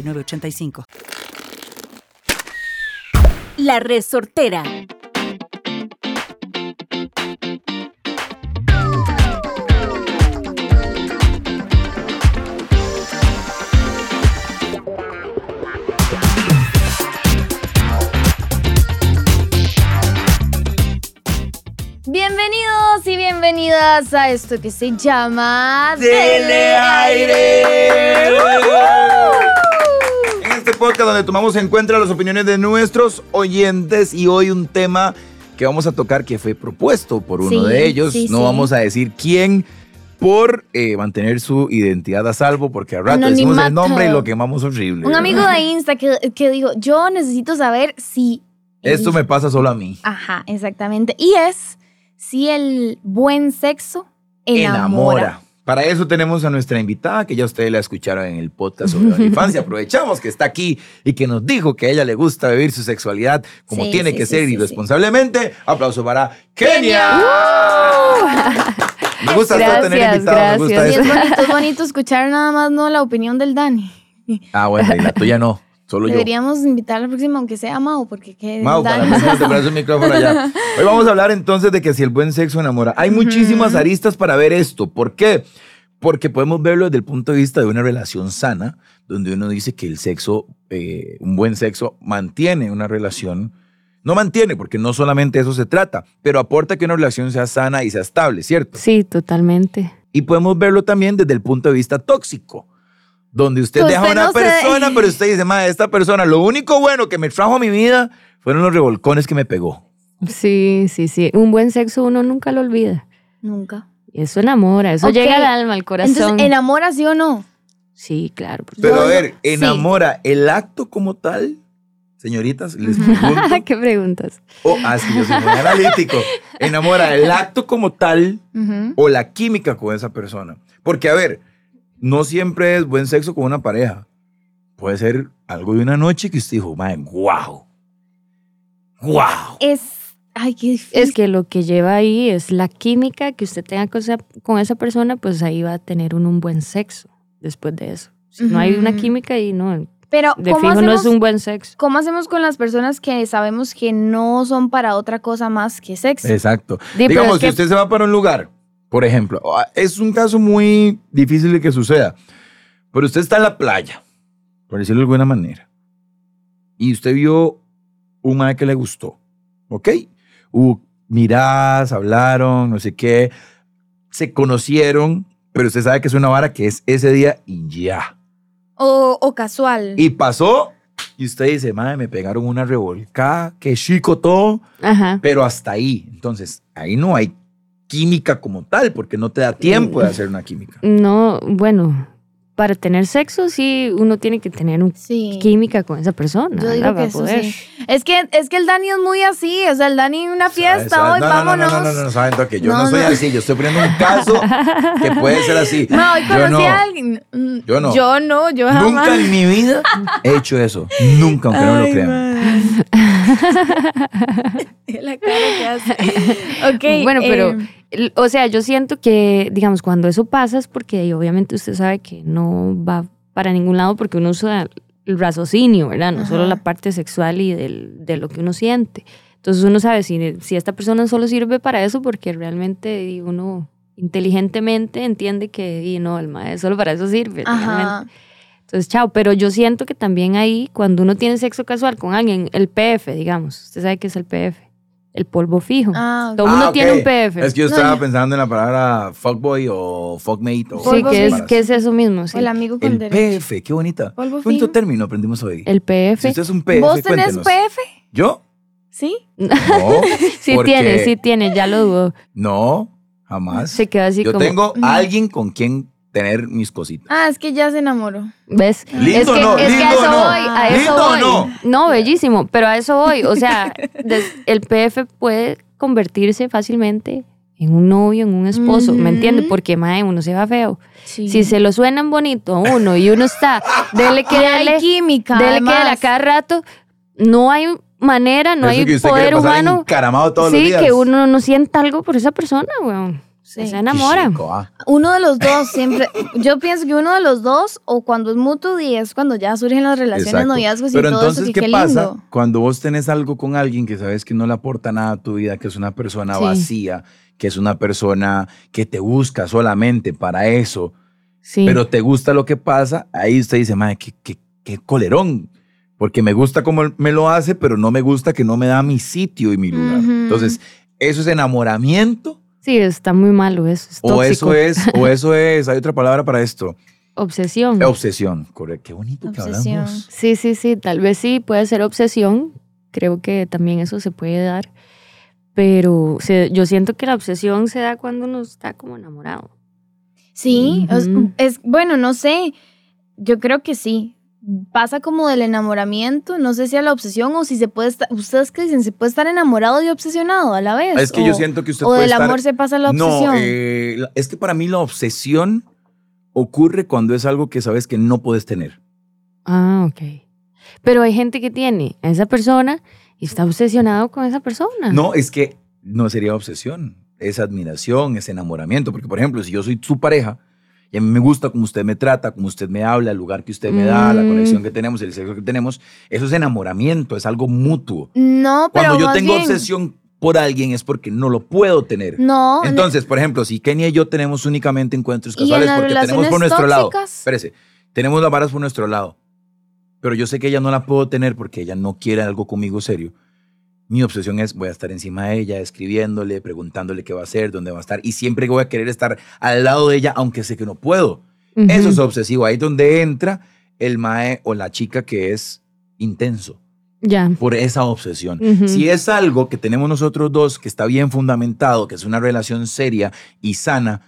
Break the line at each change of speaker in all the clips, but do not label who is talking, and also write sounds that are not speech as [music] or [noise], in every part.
985.
La resortera. Bienvenidos y bienvenidas a esto que se llama
¡Dele aire! En este podcast donde tomamos en cuenta las opiniones de nuestros oyentes y hoy un tema que vamos a tocar que fue propuesto por uno
Sí,
de ellos.
sí,
no
sí.
vamos a decir quién por eh, mantener su identidad a salvo porque al rato decimos el
Anonimato.
nombre y lo quemamos horrible.
Un amigo de Insta que, que dijo, yo necesito saber si... el-
Esto me pasa solo a mí.
Ajá, exactamente. Y es si el buen sexo enamora.
Para eso tenemos a nuestra invitada, que ya ustedes la escucharon en el podcast
[laughs]
sobre OnlyFans. Y aprovechamos que está aquí y que nos dijo que a ella le gusta vivir su sexualidad como
Sí,
tiene
sí,
que
sí,
ser
sí,
y responsablemente. Aplauso para Kenia. Me
[laughs]
gusta hasta tener
Gracias,
invitados, me gusta
Y
gracias.
es
esto.
bonito, es bonito escuchar nada más no la opinión del Dani.
Ah, bueno, y la tuya no, solo yo.
Deberíamos invitar a la próxima, aunque sea a Mau, porque qué
Mau, para
Dani.
mí, te parece un micrófono allá. Hoy vamos a hablar entonces de que si el buen sexo enamora. Hay muchísimas aristas para ver esto. ¿Por qué? Porque podemos verlo desde el punto de vista de una relación sana, donde uno dice que el sexo, eh, un buen sexo, mantiene una relación. No mantiene, porque no solamente eso se trata, pero aporta que una relación sea sana y sea estable, ¿cierto?
Sí, totalmente.
Y podemos verlo también desde el punto de vista tóxico, donde usted
Pues
deja a
usted
una
no se-
persona, pero usted dice, ma, esta persona, lo único bueno que me trajo a mi vida fueron los revolcones que me pegó.
Sí, sí, sí. Un buen sexo uno nunca lo olvida.
Nunca.
Eso enamora, eso
Ok.
llega al alma, al corazón.
Entonces, ¿enamora sí o no?
sí, claro. por
Pero
Yo-
a ver,
sí.
enamora el acto como tal, señoritas, les pregunto.
[laughs]
supuesto. ¿Qué preguntas?
o ah, es que yo soy muy analítico. Enamora el acto como tal
Ujú.
o la química con esa persona. Porque a ver, no siempre es buen sexo con una pareja. Puede ser algo de una noche que usted dijo, man, wow. Wow.
Es. Ay, qué difícil.
Es que lo que lleva ahí es la química que usted tenga con esa, con esa persona, pues ahí va a tener uno un buen sexo después de eso. Si no hay una
Ujú.
química y no,
Pero,
de
¿cómo
fijo no
hacemos,
es un buen sexo.
¿cómo hacemos con las personas que sabemos que no son para otra cosa más que sexo?
Exacto.
Di, pero
Digamos,
es
si
que-
usted se va para un lugar, por ejemplo, ah, es un caso muy difícil de que suceda, pero usted está en la playa, por decirlo de alguna manera, y usted vio un mae que le gustó, ¿ok? Hubo miradas, hablaron, no sé qué, se conocieron, pero usted sabe que es una vara que es ese día y ya.
O, o casual.
Y pasó, y usted dice, madre, me pegaron una revolcada, que chico todo.
Ajá.
Pero hasta ahí. Entonces, ahí no hay química como tal, porque no te da tiempo de
Mm.
hacer una química.
No, bueno, para tener sexo sí uno tiene que tener un
sí.
química con esa persona.
Yo digo
¿verdad?
que
Para
eso
poder.
sí. Es que, es que el Dani es muy así. O sea, el Dani en una fiesta,
¿Sabes?
hoy
Ah, no, no, no,
vámonos.
No, no, no, no, saben toque. Yo no,
No,
soy
no.
así. Yo estoy poniendo un caso que puede ser así.
Ma, hoy
yo
conocí
no.
a alguien. Mm,
Yo no.
Yo no, yo jamás.
Nunca en mi vida he hecho eso. Nunca, aunque no lo
Ay,
crean.
man. [laughs] La cara que hace. Ok.
Bueno, pero,
eh,
l- o sea, yo siento que, digamos, cuando eso pasa es porque ahí obviamente usted sabe que no va para ningún lado porque uno usa el raciocinio, ¿verdad? No solo
Ajá.
la parte sexual y del- de lo que uno siente. Entonces uno sabe si, si esta persona solo sirve para eso porque realmente y uno inteligentemente entiende que y no, el maestro solo para eso sirve. realmente.
Ajá.
Entonces, chao, pero yo siento que también ahí, cuando uno tiene sexo casual con alguien, el PF, digamos, usted sabe qué es el PF, el polvo fijo.
Ah,
Todo el mundo
Ah,
tiene un
ok.
PF.
Es que yo
No,
estaba
yo-
pensando en la palabra fuckboy o fuckmate. O
Sí,
Polvo
que es,
fijo.
que es eso mismo. sí.
el amigo con
El
derecho.
PF, qué bonita.
Polvo
¿Cuánto
fino.
término aprendimos hoy?
El
Si
PF.
usted es un PF,
¿Vos tenés
cuéntenos.
PF?
¿Yo?
¿Sí? [laughs]
No.
Sí
porque-
tiene, sí tiene, ya lo dudo.
No, jamás.
Se queda así
Yo
como.
tengo
Ujú.
alguien con quien tener mis cositas.
Ah, es que ya se enamoró.
¿Ves?
Lindo
es que,
no,
es que a
lindo
eso
no,
voy, a eso
lindo
voy.
no.
bellísimo, pero a eso voy. O sea, des- el PF puede convertirse fácilmente en un novio, en un esposo, ¿me
Ujú.
entiendes? Porque, mae, uno se va feo.
Sí.
Si se lo suenan bonito a uno y uno está, dele
[laughs]
que
Y hay
dale,
química.
dele que dele a
además.
cada rato, no hay manera, no
Eso
hay
que usted quiere
poder
pasar
humano.
encaramado todos los
Sí,
días.
que uno no sienta algo por esa persona, weón.
Sí.
Se enamora.
Qué chico, ah.
Uno de los dos siempre. [laughs] Yo pienso que uno de los dos, o cuando es mutuo, y es cuando ya surgen las relaciones,
Exacto.
Pues,
noviazgos y
Pero
todo
entonces,
eso. Que
¿qué
qué
pasa
lindo.
cuando vos tenés algo con alguien que sabes que no le aporta nada a tu vida, que es una persona
Sí.
vacía, que es una persona que te busca solamente para eso,
Sí.
pero te gusta lo que pasa? Ahí usted dice, madre, qué, qué, qué colerón. Porque me gusta como él me lo hace, pero no me gusta que no me da mi sitio y mi lugar.
Ujú.
Entonces, ¿eso es enamoramiento?
sí, está muy malo eso. Es
O eso
tóxico.
es,
[laughs]
o eso es, hay otra palabra para esto.
Obsesión.
Obsesión, correcto. Qué bonito que
Mm. Obsesión.
hablamos.
Sí, sí, sí, tal vez sí, puede ser obsesión. Creo que también eso se puede dar. Pero se- yo siento que la obsesión se da cuando uno está como enamorado.
Sí, es-
Ujú.
es, bueno, no sé, yo creo que sí. Pasa como del enamoramiento, no sé si a la obsesión o si se puede estar, ustedes qué dicen, se puede estar enamorado y obsesionado a la vez.
Ah, Es que
o,
yo siento que usted
o
puede
del
estar-
amor se pasa a la obsesión.
No, eh, la- es que para mí la obsesión ocurre cuando es algo que sabes que no puedes tener.
Ah, ok. Pero hay gente que tiene a esa persona y está obsesionado con esa
Ah.
persona.
No, es que no sería obsesión, es admiración, es enamoramiento. Porque, por ejemplo, si yo soy su pareja y a mí me gusta como usted me trata, como usted me habla, el lugar que usted me da, la
Mm.
conexión que tenemos, el sexo que tenemos, eso es enamoramiento, es algo mutuo.
No, pero
Cuando yo
más
tengo
bien-
obsesión por alguien es porque no lo puedo tener.
No, no,
Entonces, por ejemplo, si Kenia y yo tenemos únicamente encuentros
Y en
casuales
las
porque tenemos por
relaciones
nuestro lado.
tóxicas.
Espérese, tenemos las varas por nuestro lado. Pero yo sé que ella no la puedo tener porque ella no quiere algo conmigo serio. Mi obsesión es, voy a estar encima de ella, escribiéndole, preguntándole qué va a hacer, dónde va a estar. Y siempre voy a querer estar al lado de ella, aunque sé que no puedo.
Ujú.
Eso es obsesivo. Ahí es donde entra el mae o la chica que es intenso
Ya.
por esa obsesión.
Ujú.
Si es algo que tenemos nosotros dos, que está bien fundamentado, que es una relación seria y sana,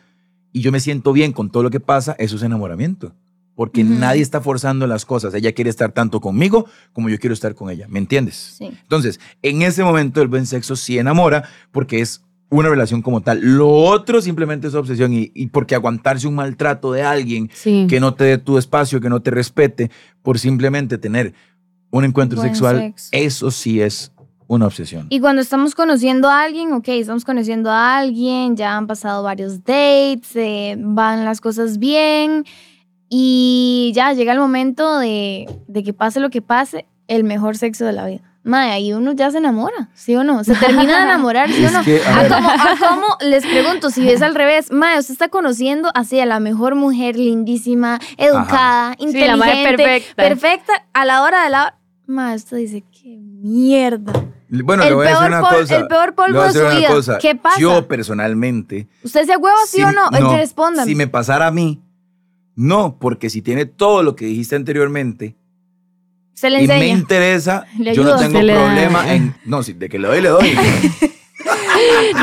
y yo me siento bien con todo lo que pasa, eso es enamoramiento. Porque
Ujú.
nadie está forzando las cosas. Ella quiere estar tanto conmigo como yo quiero estar con ella. ¿Me entiendes?
sí.
Entonces, en ese momento el buen sexo sí enamora porque es una relación como tal. Lo otro simplemente es obsesión y, y porque aguantarse un maltrato de alguien
Sí.
que no te dé tu espacio, que no te respete, por simplemente tener un encuentro
Buen
sexual,
sexo.
eso sí es una obsesión.
Y cuando estamos conociendo a alguien, ok, estamos conociendo a alguien, ya han pasado varios dates, eh, van las cosas bien y ya llega el momento de, de que pase lo que pase, el mejor sexo de la vida. Mae, ahí uno ya se enamora, ¿sí o no? Se termina de enamorar, ¿sí o
[laughs] Es
no?
que, a
¿A
ver.
cómo, a cómo? les pregunto, si es al revés, mae, usted está conociendo así a la mejor mujer, lindísima, educada,
Sí, la madre
inteligente,
perfecta.
perfecta, a la hora de la... Mae, usted dice, qué mierda.
Bueno, le
el,
voy a decir
peor
una
pol-
cosa.
el peor
Le
polvo
voy a
de
decir
su
una
vida.
cosa.
¿Qué pasa?
Yo personalmente.
¿Usted se hueva sí,
si-
o no? Es que respóndame.
Si me pasara a mí, no, porque si tiene todo lo que dijiste anteriormente
se le
y me
enseña.
interesa,
[laughs] Le
yo no
ayudo.
tengo
Se le da.
problema en. No, si de que le doy,
[laughs]
le doy.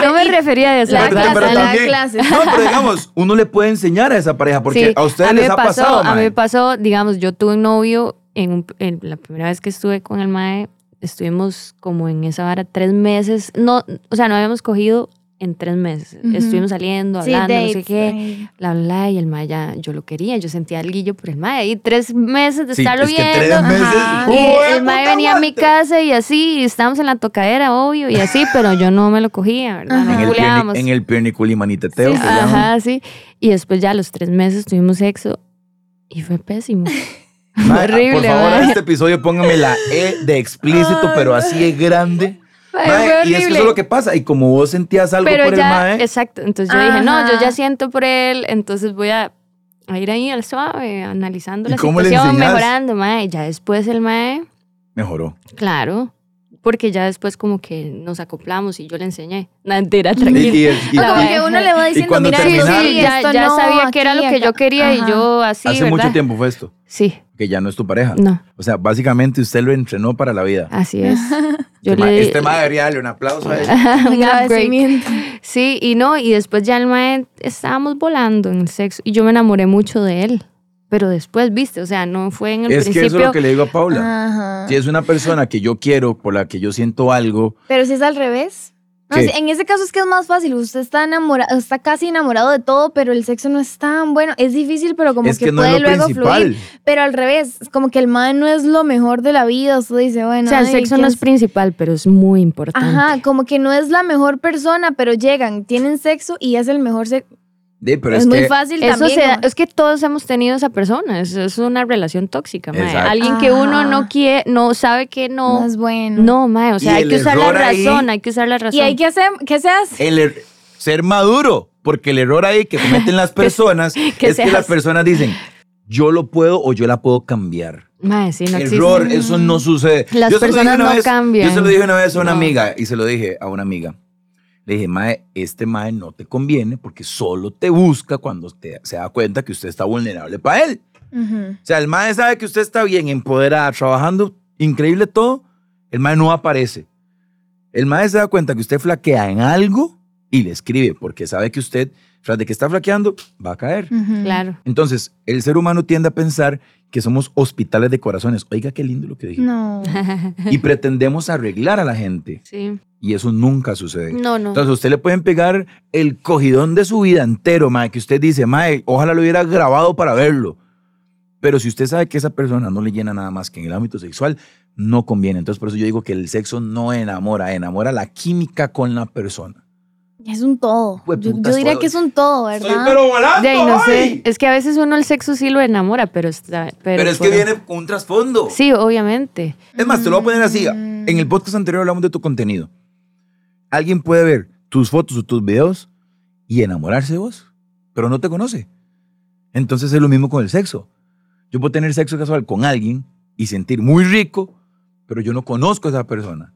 No me refería a eso.
La
Pero-
¿verdad?
clase,
pero
la
también-
clase.
No,
[laughs]
pero digamos, uno le puede enseñar a esa pareja porque
Sí,
a ustedes
mí
les
me
ha
pasó,
pasado.
A mí
mae.
me pasó, digamos, yo tuve un novio, en, un- en la primera vez que estuve con el MAE, estuvimos como en esa vara tres meses, no, o sea, no habíamos cogido en tres meses.
Ujú.
Estuvimos saliendo,
Sí,
hablando, no sé
dates.
qué,
Ay.
bla, bla, bla, y el MAE ya, yo lo quería, yo sentía el guillo por el MAE. Y tres meses de
Sí,
Pues estarlo
es que
viendo.
tres meses. ¡Oh,
Ajá.
Y
¡Jue
el
puta
mae venía a mi
madre!
casa y así, y estábamos en la tocadera, obvio, y así, pero yo no me lo cogía, ¿verdad?
Ajá.
No
En el,
culeábamos.
pioni- en el pioniculimaniteteo,
Sí,
que
sí.
llaman.
Ajá, sí. Y después ya a los tres meses tuvimos sexo y
[laughs]
fue pésimo.
Ma,
Horrible,
Por favor,
ma.
a este episodio póngame la E de explícito, pero así es grande.
Ay,
Ma,
fue
y es que eso es lo que pasa. Y como vos sentías algo
Pero
por
ya,
el mae,
exacto. Entonces yo dije, no, yo
Ajá.
ya siento por él, entonces voy a, a ir ahí al suave, analizando
¿Y
la
cómo le
situación,
enseñás?
mejorando, mae. Ya después el mae,
mejoró.
claro, porque ya después como que nos acoplamos y yo le enseñé. No, entera,
Y,
tranquila.
y- y-
No, como
La-
que uno le va diciendo,
cuando
mira,
Sí,
esto
terminaron-
sí,
sí, ya,
esto
ya
no,
sabía que era
aquí,
lo que yo
acá".
quería
Ajá.
y yo así,
hace
¿verdad?
mucho tiempo fue esto.
Sí,
que ya no es tu pareja.
No,
O sea, básicamente usted lo entrenó para la vida.
así es. Yo
este, ma-
le
este ma debería darle un aplauso a él.
[laughs] un
Un
upgrade.
agradecimiento.
Sí, y no, y después ya el mae estábamos volando en el sexo y yo me enamoré mucho de él. Pero después, viste, o sea, no fue en el
Es que
principio.
eso es lo que le digo a Paula.
Ajá.
Si es una persona que yo quiero, por la que yo siento algo,
Pero si es al revés. No,
¿Qué?
si- en ese caso es que es más fácil. Usted está enamorado, está casi enamorado de todo, pero el sexo no es tan bueno. Es difícil, pero como
es
que,
que, no
puede
es lo
luego
principal.
fluir. Pero al revés, es como que el man no es lo mejor de la vida. Usted dice, bueno,
o sea, el
ay,
sexo
¿quién
no es
es-
principal, pero es muy importante.
Ajá, como que no es la mejor persona, pero llegan, tienen sexo y es el mejor sexo.
Sí, pero
es
es
muy
que-
fácil
Eso
también.
se da-
como-
es que todos hemos tenido esa persona, es, es una relación tóxica, mae.
Exacto.
Alguien que uno no
Ajá.
quiere, no sabe que no.
no es bueno.
No, mae, o sea,
Y
hay
el
que usar la
error ahí-
razón, hay que usar la razón.
Y hay que hacer, ¿qué se hace?
el er- ser maduro, porque el error ahí que cometen las personas
[laughs] que
es que
seas-
las personas dicen, yo lo puedo o yo la puedo cambiar.
Mae, sí, no existe.
error, eso no sucede.
Las
se lo dije
personas
una
no
vez-
cambian.
Yo se lo dije una vez a una
No.
amiga y se lo dije a una amiga. Le dije, Mae, este Mae no te conviene porque solo te busca cuando te- se da cuenta que usted está vulnerable para él.
Ujú.
O sea, el Mae sabe que usted está bien, empoderada, trabajando, increíble todo. El Mae no aparece. El Mae se da cuenta que usted flaquea en algo y le escribe porque sabe que usted, tras de que está flaqueando, va a caer.
Ujú.
Claro.
[laughs]
Entonces, el ser humano tiende a pensar que somos hospitales de corazones. Oiga, qué lindo lo que dije.
No.
Y pretendemos arreglar a la gente.
sí.
Y eso nunca sucede.
No, no.
Entonces, a usted le pueden pegar el cogidón de su vida entero, mae, que usted dice, mae, ojalá lo hubiera grabado para verlo. Pero si usted sabe que esa persona no le llena nada más que en el ámbito sexual, no conviene. Entonces, por eso yo digo que el sexo no enamora, enamora la química con la persona.
[laughs] Es un todo.
Jue
Yo,
putas,
yo diría
todo.
que es un todo, ¿verdad?
volando,
De ahí, no sé. Es que a veces uno el sexo sí lo enamora, pero está. Pero,
Pero es que
por-
viene con un trasfondo.
Oh. [laughs]
Sí, obviamente.
Es más, te lo voy a poner así.
Mm.
En el podcast anterior hablamos de tu contenido. Alguien puede ver tus fotos o tus videos y enamorarse de vos, pero no te conoce. Entonces es lo mismo con el sexo. Yo puedo tener sexo casual con alguien y sentir muy rico, pero yo no conozco a esa persona.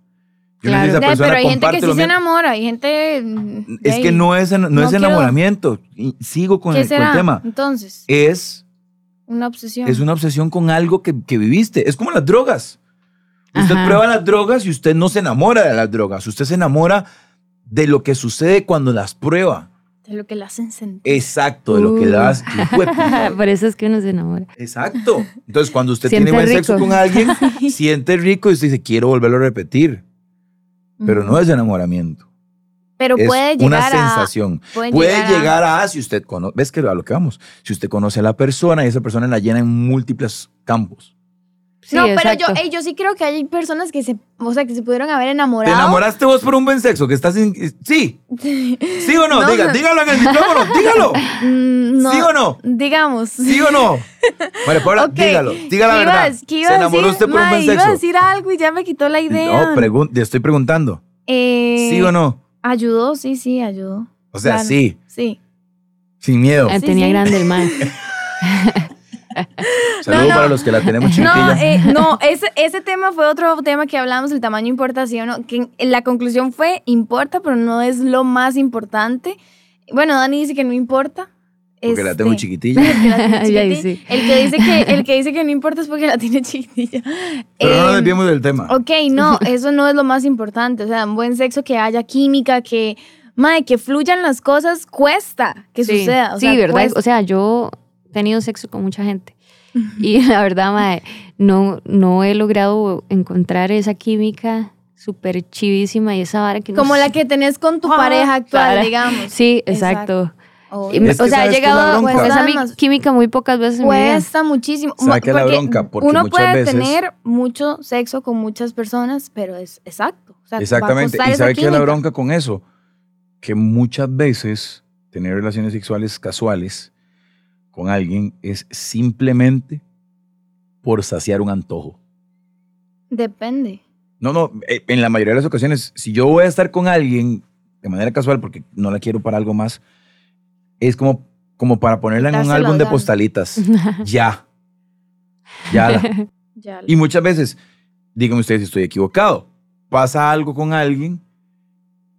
Yo no sé si
Claro.
esa
Ya,
persona
pero hay gente que
comparte
sí
lo
se
mismo.
enamora, hay gente. mm,
Es que
ahí.
no es, no
No
es
quiero-
enamoramiento. Y Sigo con
¿Qué
el, con el
será?
tema.
Entonces,
Es
una obsesión.
es una obsesión con algo que, que viviste. Es como las drogas. Usted
Ajá.
prueba las drogas y usted no se enamora de las drogas. Usted se enamora de lo que sucede cuando las prueba.
De lo que la hacen sentir.
Exacto, de lo que
Uh.
das. Hijo de
Ah,
puta.
por eso es que uno se enamora.
Exacto. Entonces, cuando usted
Siente
tiene buen
rico.
sexo con alguien, siente rico y usted dice, quiero volverlo a repetir. [laughs] Pero no es enamoramiento.
Pero
es
puede llegar
una
a.
sensación. Puede llegar a, si usted conoce, ves que a lo que vamos, si usted conoce a la persona y esa persona la llena en múltiples campos.
Sí,
no, pero yo,
exacto.
ey, yo sí creo que hay personas que se, o sea, que se pudieron haber
¿Te
enamorado.
enamoraste vos por un buen sexo? Que estás sin- Sí, ¿Sí o no?
No,
Diga,
no.
dígalo en el
[laughs]
micrófono, dígalo.
[laughs] Mm, no.
¿Sí o no?
Digamos.
¿Sí o no? María Paula,
Ok.
dígalo. Diga la
¿Qué iba a
verdad.
decir? ¿Qué iba
¿Se
a
enamoró
decir?
usted por un
Mae,
buen
Iba a
sexo?
decir algo y ya me quitó la idea.
No, pregun- le estoy preguntando.
Eh,
¿Sí o no?
Ayudó, sí, sí, ayudó.
O sea,
claro.
sí,
Sí.
sin miedo.
Ah,
Sí,
Tenía
sí.
grande el mae.
Saludos
no, no.
para los que la tenemos
No,
chiquilla.
eh, no ese, ese tema fue otro tema que hablamos, el tamaño importa, sí o no. Que en- la conclusión fue, importa, pero no es lo más importante. Bueno, Dani dice que no importa.
porque la tengo
Este, [laughs]
chiquitilla. [laughs]
porque la tiene
Ay, ay,
chiquitilla.
sí.
El que dice que el que dice que no importa es porque la tiene [laughs] chiquitilla.
Pero no nos
Em,
desviemos del tema.
Ok, no,
[laughs]
eso no es lo más importante. O sea, un buen sexo, que haya química, que, madre, que fluyan las cosas, cuesta [laughs] que
Sí.
suceda. O
sí,
sea, pues
¿verdad?
cuesta.
O sea, yo he tenido sexo con mucha gente. Y la verdad, mae, no, no he logrado encontrar esa química súper chivísima y esa vara que no
Como
sé.
la que tenés con tu
Ah,
pareja actual,
para-
digamos.
Sí, exacto.
O-
Y me-
Es que
o sea, he
¿sabes qué es la
llegado
bronca?
a esa
Nada más.
mi- química muy pocas veces en mi vida.
Cuesta muchísimo.
¿Sabe
Mo-
qué es la bronca? Porque
uno
muchas
puede
veces-
tener mucho sexo con muchas personas, pero es exacto. O sea, va a
Exactamente.
costar
¿Y
esa
sabe qué es la
química.
bronca con eso? Que muchas veces tener relaciones sexuales casuales con alguien es simplemente por saciar un antojo.
Depende.
No, no, eh, en la mayoría de las ocasiones, si yo voy a estar con alguien de manera casual, porque no la quiero para algo más, es como, como para ponerla en un
Quitársela
álbum de
ya. [laughs]
postalitas. ya. Ya. la-
Ya lo-
Y muchas veces, díganme ustedes si estoy equivocado, pasa algo con alguien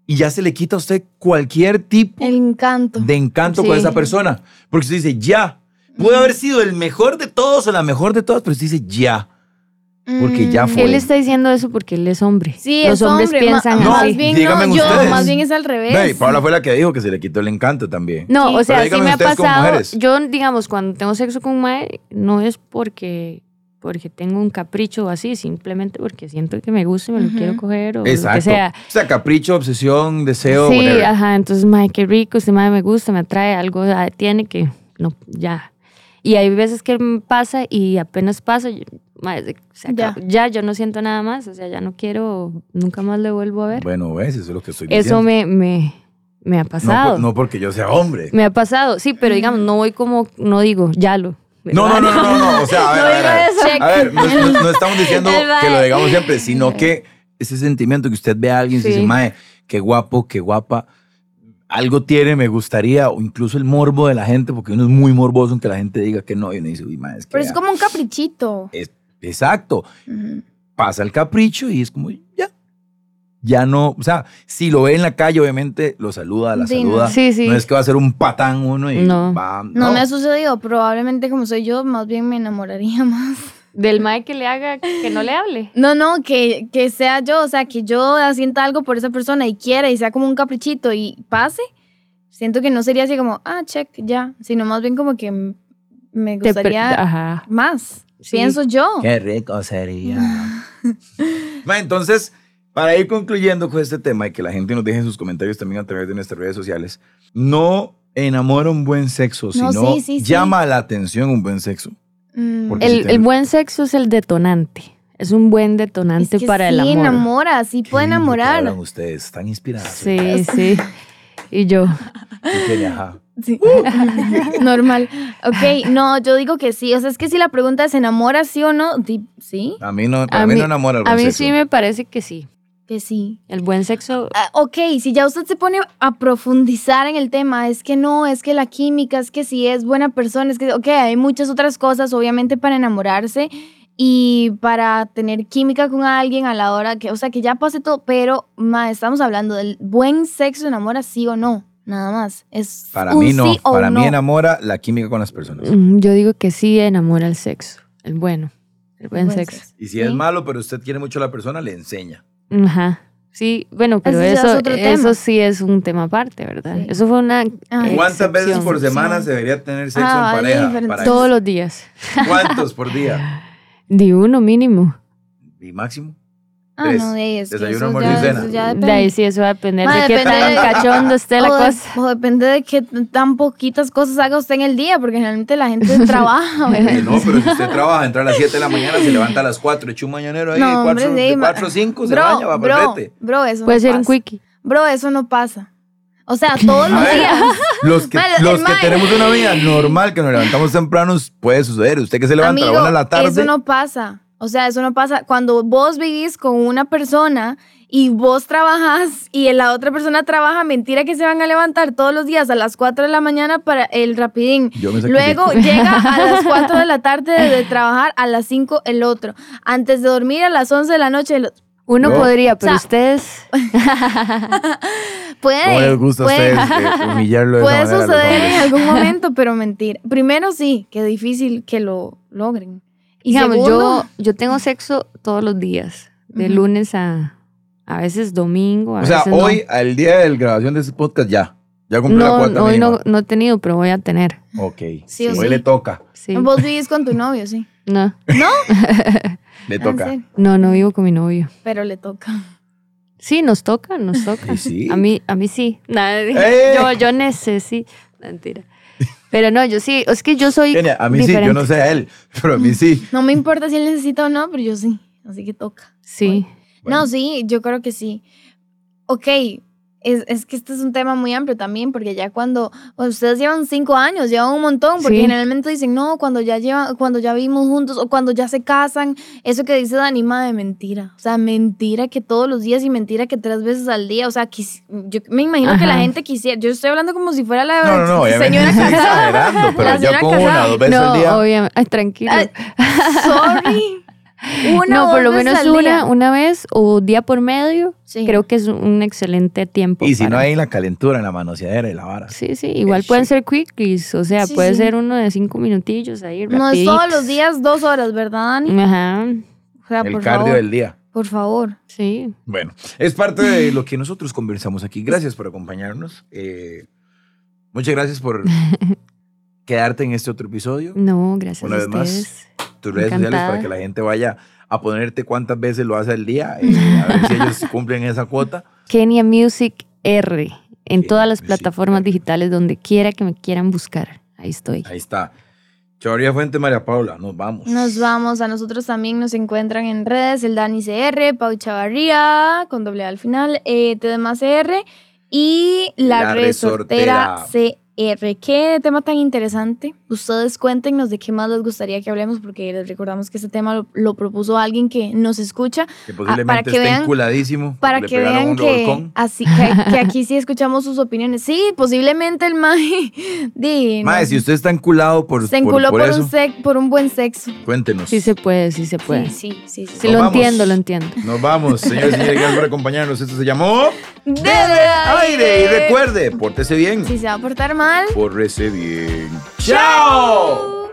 y ya se le quita a usted cualquier tipo
El encanto.
de encanto con
Sí. Mm.
esa persona. Porque usted dice, ya. Pudo haber sido el mejor de todos o la mejor de todas, pero usted dice ya. Porque ya
Mm,
fue.
Él está diciendo eso porque él es hombre.
Sí,
Los
es
hombres
hombre,
piensan
ma-
así.
Más bien,
díganme
no, yo,
ustedes.
más bien es al revés.
Ve, y Paola fue la que dijo que se le quitó el encanto también.
No,
Sí.
o sea, sí
Pero díganme
me ha
ustedes como
pasado.
mujeres.
Yo, digamos, cuando tengo sexo con un mae, no es porque porque tengo un capricho o así, simplemente porque siento que me gusta y me lo
Ujú.
quiero coger o lo
Exacto.
que sea.
O sea, capricho, obsesión, deseo.
sí,
whatever.
ajá, entonces, mae, qué rico, este mae me gusta, me atrae, algo ah, tiene que, no, ya. Y hay veces que me pasa y apenas pasa, yo- mae, se- se acabó. ya. yo no siento nada más, o sea, ya no quiero, nunca más le vuelvo a ver.
Bueno, ves, eso es lo que estoy diciendo.
Eso me, me, me ha
No,
pasado.
por- no porque yo sea hombre.
Me ha pasado, sí, pero digamos, no voy como, no digo, ya lo.
No, no, no, no, no, no, O sea, a ver,
[laughs]
a
No
ver, a ver.
digo eso.
A ver, no, no- no
[laughs]
estamos diciendo
El
que lo
mae.
digamos siempre, sino que ese sentimiento que usted ve a alguien y
Sí.
dice, mae, qué guapo, qué guapa, algo tiene, me gustaría, o incluso el morbo de la gente, porque uno es muy morboso en que la gente diga que no, y uno dice, uy, mae, es que.
Pero es
ya".
como un caprichito.
Exacto.
Ujú.
Pasa el capricho y es como, ya. Ya no, o sea, si lo ve en la calle, obviamente lo saluda, la
Sí, no.
saluda.
Sí, sí.
No es que va a ser un patán uno y
No.
va.
No, me ha sucedido. Probablemente como soy yo, más bien me enamoraría [laughs] más.
Del mae que le haga, que no le hable.
No, no, que, que sea yo, o sea, que yo sienta algo por esa persona y quiera y sea como un caprichito y pase. Siento que no sería así como, ah, check, ya, sino más bien como que m- me
Te per-
gustaría
Ajá.
más,
Sí.
pienso yo.
Qué rico sería. Oh. [laughs] Ma, Entonces, para ir concluyendo con este tema y que la gente nos deje sus comentarios también a través de nuestras redes sociales, no enamora un buen sexo, sino
No, sí, sí, sí.
llama la atención un buen sexo.
Mm.
Porque sí
El,
tiene-
el buen sexo es el detonante. Es un buen detonante
Es que
para el
sí
amor.
enamora, sí puede
Qué lindo que
enamorar.
hablan ustedes, están inspiradas.
Sí, sí. Y yo,
Y que, ajá.
Sí. Uh, [laughs] Normal. Ok, no, yo digo que sí. O sea, es que si la pregunta es ¿enamora sí o no? Di- Sí,
A mí no, para
A
mí,
mí-
no enamora el buen
a mí
sexo.
sí me parece que sí.
que sí.
El buen sexo,
Ah, ok, si ya usted se pone a profundizar en el tema, es que no, es que la química, es que si es buena persona, es que, ok, hay muchas otras cosas, obviamente, para enamorarse y para tener química con alguien a la hora que, o sea, que ya pase todo, pero ma, estamos hablando del buen sexo enamora, sí o no, nada más. Es
Para
un
mí no,
sí o
para mí
no.
enamora la química con las personas.
mm, yo digo que sí enamora el sexo. El bueno. El buen, sexo.
Y si es
Sí.
malo, pero usted quiere mucho a la persona, le enseña.
Ajá. Sí, bueno, pero
Ese ya es
eso,
otro tema.
eso sí es un tema aparte, ¿verdad?
Sí.
Eso fue una.
Ah.
eh,
¿Cuántas veces
excepción.
por semana
excepción.
se debería tener sexo
Ah,
en
vale,
pareja?
diferente.
Para-
Todos los días.
¿Cuántos por día?
De uno mínimo.
[laughs]
Y máximo.
Ah,
Tres.
no, de ahí es que
Desayuno,
eso
almuerzo y
ya,
cena.
eso ya
De ahí sí, eso va a depender
Ma,
de qué
depende
tan
de- [laughs] Oh,
cachondo esté la
o de-
cosa.
o depende de qué tan poquitas cosas haga usted en el día, porque generalmente la gente
[laughs]
trabaja.
Eh, [laughs]
¿verdad?
no, pero si usted trabaja, entra a las 7 de la mañana, se levanta a las 4, echa un mañanero ahí,
No, hombre,
4
sí, ma-
5, se
Bro,
baña, va
bro,
perfecto.
bro, eso
Puede
no
ser
pasa.
un quickie.
Bro, eso no pasa. O sea, todos
A [laughs]
los
ver,
días.
los que,
Bueno,
los
el
que
mae-
tenemos una vida normal, que nos levantamos temprano, puede suceder. Usted que se levanta a la
Amigo,
una de la tarde,
eso no pasa. O sea, eso no pasa. Cuando vos vivís con una persona y vos trabajas y la otra persona trabaja, mentira que se van a levantar todos los días a las 4 de la mañana para el rapidín.
yo me sacrifico.
Luego llega a
[laughs]
las 4 de la tarde de trabajar, a las 5 el otro. Antes de dormir a las 11 de la noche el otro.
Uno
No.
podría, pero
O sea, [laughs]
ustedes.
Puede,
¿Cómo les gusta a
puede- [laughs]
ustedes eh, humillarlo de esa
puede
manera a los
suceder en
hombres? [laughs]
algún momento, pero mentir. Primero sí, que difícil que lo logren. Y
Digamos, yo,
segundo,
yo tengo sexo todos los días. De
Ujú.
lunes a. A veces domingo. A
O sea,
veces no.
hoy, al día de la grabación de este podcast, ya. Ya cumplí la
No,
cuota
hoy
mínima.
no, no he tenido, pero voy a tener.
Ok.
Sí o
hoy
sí.
le toca.
Sí.
vos vivís con tu novio, sí.
No,
Le
Ah,
toca.
sí,
no, no vivo con mi novio.
Pero le toca.
Sí, nos toca, nos toca.
Y sí.
A mí, a mí sí. Nada,
¡Eh!
yo, yo necesito. Mentira. Pero no, yo sí. Es que yo soy.
Genia, a mí sí, yo
diferente.
no sé a él, [laughs] pero a mí sí.
No me importa si él necesita o no, pero yo sí. Así que toca.
Sí.
Bueno.
No, sí, yo creo que sí. Ok, es, es que este es un tema muy amplio también, porque ya cuando bueno, ustedes llevan cinco años, llevan un montón, porque
Sí.
generalmente dicen, no, cuando ya llevan, cuando ya vivimos juntos o cuando ya se casan, eso que dice Dani, de mentira. O sea, mentira que todos los días y mentira que tres veces al día. O sea, quis- yo me imagino que la
Ajá.
gente quisiera, yo estoy hablando como si fuera la
No, no, no, obviamente
señora
[laughs] estoy
casada.
exagerando,
La
pero yo
señora
con una
casada.
dos veces
no,
al día.
obviamente. Ay, tranquilo. [laughs]
Ay, "Oh, Sorry. Una
no,
o dos
por lo
veces
menos
al
una,
día.
una vez o día por medio,
Sí.
creo que es un excelente tiempo.
Y si no
para-
hay la calentura en la manoseadera y la vara.
Sí, sí, igual pueden ser quickies, o sea,
Sí,
puede
sí.
ser uno de cinco minutillos ahí.
No es todos
rapiditos.
los días dos horas, ¿verdad, Dani?
Ajá,
O sea,
Mm. el
por
cardio
favor.
del día.
Por favor.
sí.
Bueno, es parte de lo que nosotros conversamos aquí. Gracias por acompañarnos. Eh, muchas gracias por
[laughs]
quedarte en este otro episodio.
No, gracias
Una
a
vez más,
ustedes.
Tus redes sociales
encantada.
para que la gente vaya a ponerte cuántas veces lo hace al día. eh, a
[laughs]
ver si ellos cumplen esa cuota.
Kenia Music R, en
Kenia
todas las
Music
plataformas
R.
digitales, donde quiera que me quieran buscar. Ahí estoy.
Ahí está. Choría Fuente, María Paula, nos vamos.
Nos vamos. A nosotros también nos encuentran en redes el Dani CR, Pau Chavarría, con doble A al final, eh, TDMA CR y la,
La
resortera. CR. Qué tema tan interesante. Ustedes cuéntenos de qué más les gustaría que hablemos, porque les recordamos que este tema lo, lo propuso alguien que nos escucha.
Que posiblemente
Ah, para que
esté
vean-
enculadísimo.
Para
porque
que
le pegaron
vean
un
que,
revolcón.
así, que, que aquí sí escuchamos sus opiniones. Sí, posiblemente el Mae. [laughs] di, no
Mae,
sé.
si usted está enculado por,
Se
por-
enculó
por
por, un
eso,
sec- por un buen sexo.
cuéntenos.
Sí se puede, sí se puede.
Sí, sí, sí. sí.
Sí,
Nos
lo
vamos.
entiendo, lo entiendo.
Nos vamos, señores y señores, gracias por acompañarnos. Esto se llamó
¡Debe
Aire. Y recuerde, pórtese bien.
Si se va a portar mal.
Pórtese bien. ¡Chao!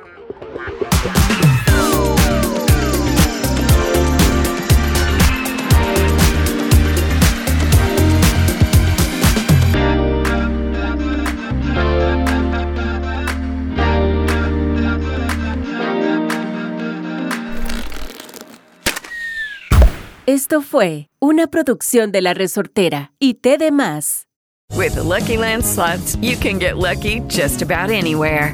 Esto fue una producción de La Resortera y T de Más.
With the Lucky Land slots, you can get lucky just about anywhere.